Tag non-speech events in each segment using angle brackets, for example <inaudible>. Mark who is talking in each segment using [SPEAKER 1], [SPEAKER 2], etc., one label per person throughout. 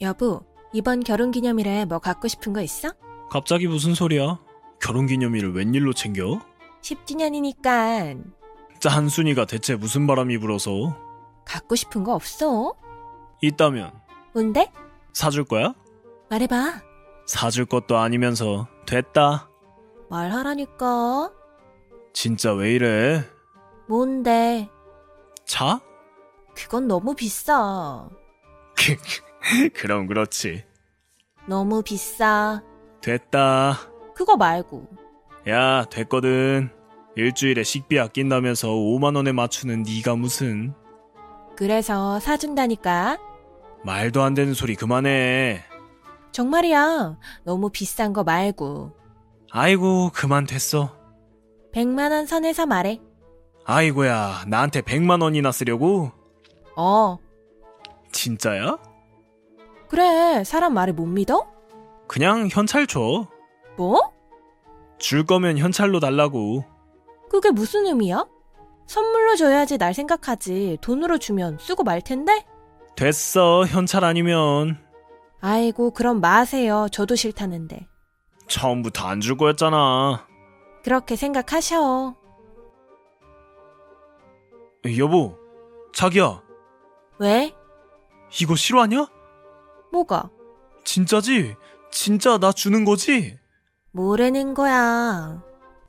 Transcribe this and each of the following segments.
[SPEAKER 1] 여보, 이번 결혼 기념일에 뭐 갖고 싶은 거 있어?
[SPEAKER 2] 갑자기 무슨 소리야? 결혼 기념일을 웬일로 챙겨?
[SPEAKER 1] 10주년이니까
[SPEAKER 2] 짠순이가 대체 무슨 바람이 불어서?
[SPEAKER 1] 갖고 싶은 거 없어?
[SPEAKER 2] 있다면
[SPEAKER 1] 뭔데?
[SPEAKER 2] 사줄 거야?
[SPEAKER 1] 말해봐.
[SPEAKER 2] 사줄 것도 아니면서 됐다.
[SPEAKER 1] 말하라니까.
[SPEAKER 2] 진짜 왜 이래?
[SPEAKER 1] 뭔데?
[SPEAKER 2] 차?
[SPEAKER 1] 그건 너무 비싸.
[SPEAKER 2] <laughs> 그럼 그렇지.
[SPEAKER 1] 너무 비싸.
[SPEAKER 2] 됐다.
[SPEAKER 1] 그거 말고.
[SPEAKER 2] 야, 됐거든. 일주일에 식비 아낀다면서 5만 원에 맞추는 네가 무슨
[SPEAKER 1] 그래서 사준다니까.
[SPEAKER 2] 말도 안 되는 소리 그만해.
[SPEAKER 1] 정말이야. 너무 비싼 거 말고.
[SPEAKER 2] 아이고, 그만 됐어.
[SPEAKER 1] 100만 원 선에서 말해.
[SPEAKER 2] 아이고야, 나한테 100만 원이나 쓰려고?
[SPEAKER 1] 어.
[SPEAKER 2] 진짜야?
[SPEAKER 1] 그래. 사람 말을 못 믿어?
[SPEAKER 2] 그냥 현찰 줘.
[SPEAKER 1] 뭐?
[SPEAKER 2] 줄 거면 현찰로 달라고.
[SPEAKER 1] 그게 무슨 의미야? 선물로 줘야지 날 생각하지. 돈으로 주면 쓰고 말 텐데?
[SPEAKER 2] 됐어, 현찰 아니면.
[SPEAKER 1] 아이고, 그럼 마세요. 저도 싫다는데.
[SPEAKER 2] 처음부터 안 줄 거였잖아.
[SPEAKER 1] 그렇게 생각하셔.
[SPEAKER 2] 여보, 자기야,
[SPEAKER 1] 왜?
[SPEAKER 2] 이거 실화냐?
[SPEAKER 1] 뭐가?
[SPEAKER 2] 진짜지? 진짜 나 주는 거지?
[SPEAKER 1] 모르는 거야.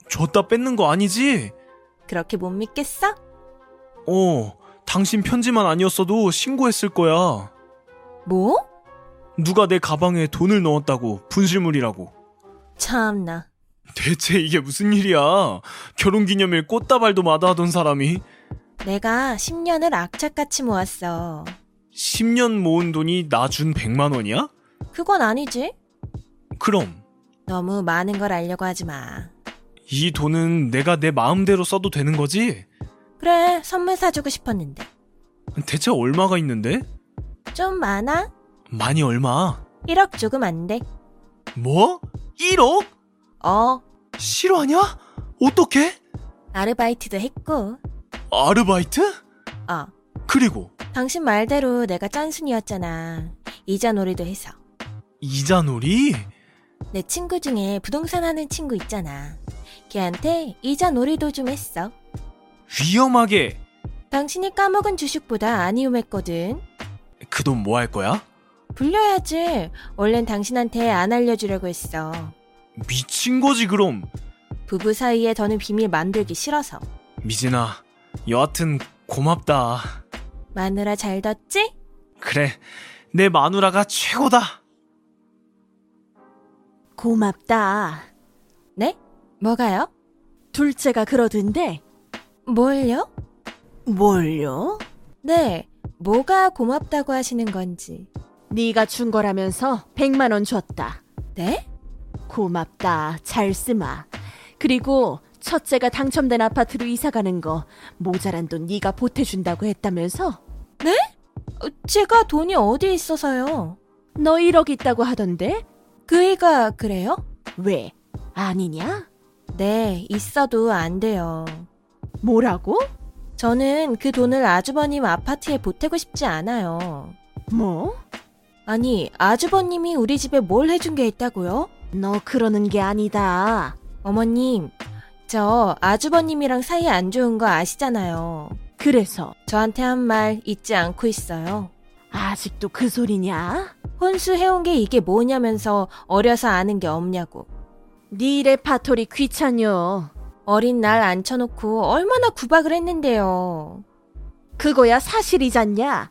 [SPEAKER 2] 줬다 뺏는 거 아니지?
[SPEAKER 1] 그렇게 못 믿겠어?
[SPEAKER 2] 어, 당신 편지만 아니었어도 신고했을 거야.
[SPEAKER 1] 뭐?
[SPEAKER 2] 누가 내 가방에 돈을 넣었다고, 분실물이라고.
[SPEAKER 1] 참나.
[SPEAKER 2] 대체 이게 무슨 일이야? 결혼 기념일 꽃다발도 마다하던 사람이
[SPEAKER 1] 내가 10년을 악착같이 모았어.
[SPEAKER 2] 10년 모은 돈이 나 준 100만 원이야?
[SPEAKER 1] 그건 아니지.
[SPEAKER 2] 그럼
[SPEAKER 1] 너무 많은 걸 알려고 하지 마.
[SPEAKER 2] 이 돈은 내가 내 마음대로 써도 되는 거지?
[SPEAKER 1] 그래, 선물 사주고 싶었는데.
[SPEAKER 2] 대체 얼마가 있는데?
[SPEAKER 1] 좀 많아?
[SPEAKER 2] 많이 얼마?
[SPEAKER 1] 1억 조금 안 돼.
[SPEAKER 2] 뭐? 1억?
[SPEAKER 1] 어,
[SPEAKER 2] 실화냐? 어떻게?
[SPEAKER 1] 아르바이트도 했고.
[SPEAKER 2] 아르바이트?
[SPEAKER 1] 어,
[SPEAKER 2] 그리고
[SPEAKER 1] 당신 말대로 내가 짠순이었잖아. 이자 놀이도 해서.
[SPEAKER 2] 이자놀이?
[SPEAKER 1] 내 친구 중에 부동산 하는 친구 있잖아. 걔한테 이자 놀이도 좀 했어.
[SPEAKER 2] 위험하게
[SPEAKER 1] 당신이 까먹은 주식보다 아니움했거든.
[SPEAKER 2] 그 돈 뭐 할 거야?
[SPEAKER 1] 불려야지. 원래는 당신한테 안 알려주려고 했어.
[SPEAKER 2] 미친 거지 그럼
[SPEAKER 1] 부부 사이에 더는 비밀 만들기 싫어서.
[SPEAKER 2] 미진아 여하튼 고맙다
[SPEAKER 1] 마누라 잘 뒀지?
[SPEAKER 2] 그래 내 마누라가 최고다
[SPEAKER 3] 고맙다.
[SPEAKER 1] 네? 뭐가요?
[SPEAKER 3] 둘째가 그러던데
[SPEAKER 1] 뭘요?
[SPEAKER 3] 뭘요?
[SPEAKER 1] 네. 뭐가 고맙다고 하시는 건지.
[SPEAKER 3] 네가 준 거라면서 100만 원 줬다.
[SPEAKER 1] 네?
[SPEAKER 3] 고맙다. 잘 쓰마. 그리고 첫째가 당첨된 아파트로 이사 가는 거 모자란 돈 네가 보태준다고 했다면서
[SPEAKER 1] 어, 제가 돈이 어디 있어서요?
[SPEAKER 3] 너 1억 있다고 하던데
[SPEAKER 1] 그이가 그래요?
[SPEAKER 3] 왜 아니냐?
[SPEAKER 1] 네, 있어도 안 돼요.
[SPEAKER 3] 뭐라고?
[SPEAKER 1] 저는 그 돈을 아주버님 아파트에 보태고 싶지 않아요.
[SPEAKER 3] 뭐?
[SPEAKER 1] 아니, 아주버님이 우리 집에 뭘 해준 게 있다고요?
[SPEAKER 3] 너 그러는 게 아니다.
[SPEAKER 1] 어머님, 저 아주버님이랑 사이 안 좋은 거 아시잖아요.
[SPEAKER 3] 그래서
[SPEAKER 1] 저한테 한 말 잊지 않고 있어요.
[SPEAKER 3] 아직도 그 소리냐?
[SPEAKER 1] 혼수해온 게 이게 뭐냐면서 어려서 아는 게 없냐고.
[SPEAKER 3] 네 일에 파토리 귀찮여.
[SPEAKER 1] 어린 날 앉혀놓고 얼마나 구박을 했는데요.
[SPEAKER 3] 그거야 사실이잖냐?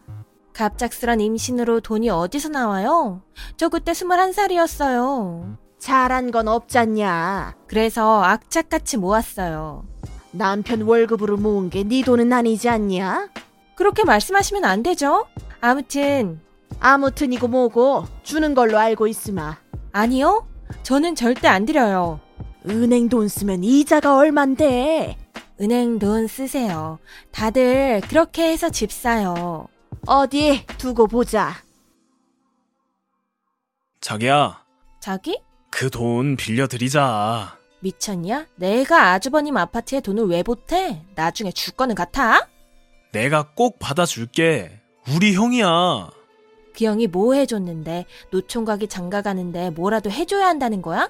[SPEAKER 1] 갑작스런 임신으로 돈이 어디서 나와요? 저 그때 21살이었어요.
[SPEAKER 3] 잘한 건 없잖냐.
[SPEAKER 1] 그래서 악착같이 모았어요.
[SPEAKER 3] 남편 월급으로 모은 게 네 돈은 아니지 않냐?
[SPEAKER 1] 그렇게 말씀하시면 안 되죠? 아무튼,
[SPEAKER 3] 아무튼 이거 뭐고 주는 걸로 알고 있으마.
[SPEAKER 1] 아니요? 저는 절대 안 드려요.
[SPEAKER 3] 은행 돈 쓰면 이자가 얼만데?
[SPEAKER 1] 은행 돈 쓰세요. 다들 그렇게 해서 집 사요.
[SPEAKER 3] 어디 두고 보자.
[SPEAKER 2] 자기야
[SPEAKER 1] 자기?
[SPEAKER 2] 그 돈 빌려드리자
[SPEAKER 1] 미쳤냐? 내가 아주버님 아파트에 돈을 왜 보태? 나중에 줄 거는 같아?
[SPEAKER 2] 내가 꼭 받아줄게. 우리 형이야.
[SPEAKER 1] 기영이 뭐 해줬는데 노총각이 장가 가는데 뭐라도 해줘야 한다는 거야?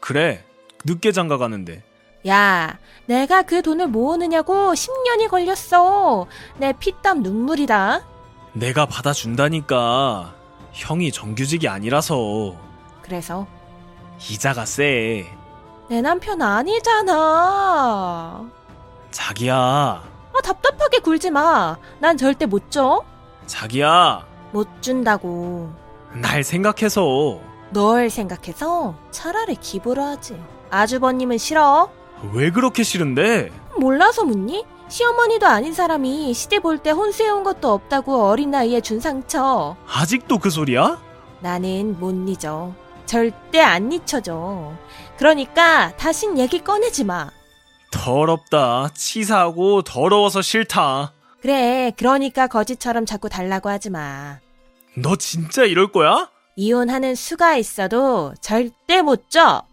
[SPEAKER 2] 그래, 늦게 장가 가는데.
[SPEAKER 1] 야, 내가 그 돈을 모으느냐고 10년이 걸렸어. 내 피땀 눈물이다.
[SPEAKER 2] 내가 받아준다니까. 형이 정규직이 아니라서.
[SPEAKER 1] 그래서
[SPEAKER 2] 이자가 세.
[SPEAKER 1] 내 남편 아니잖아.
[SPEAKER 2] 자기야,
[SPEAKER 1] 아, 답답하게 굴지 마. 난 절대 못 줘.
[SPEAKER 2] 자기야,
[SPEAKER 1] 못 준다고.
[SPEAKER 2] 날 생각해서.
[SPEAKER 1] 널 생각해서 차라리 기부를 하지. 아주버님은 싫어?
[SPEAKER 2] 왜 그렇게 싫은데?
[SPEAKER 1] 몰라서 묻니? 시어머니도 아닌 사람이 시대 볼 때 혼수해온 것도 없다고 어린 나이에 준 상처.
[SPEAKER 2] 아직도 그 소리야?
[SPEAKER 1] 나는 못 잊어. 절대 안 잊혀져. 그러니까 다신 얘기 꺼내지 마.
[SPEAKER 2] 더럽다. 치사하고 더러워서 싫다.
[SPEAKER 1] 그래, 그러니까 거지처럼 자꾸 달라고 하지 마.
[SPEAKER 2] 너 진짜 이럴 거야?
[SPEAKER 1] 이혼하는 수가 있어도 절대 못 줘.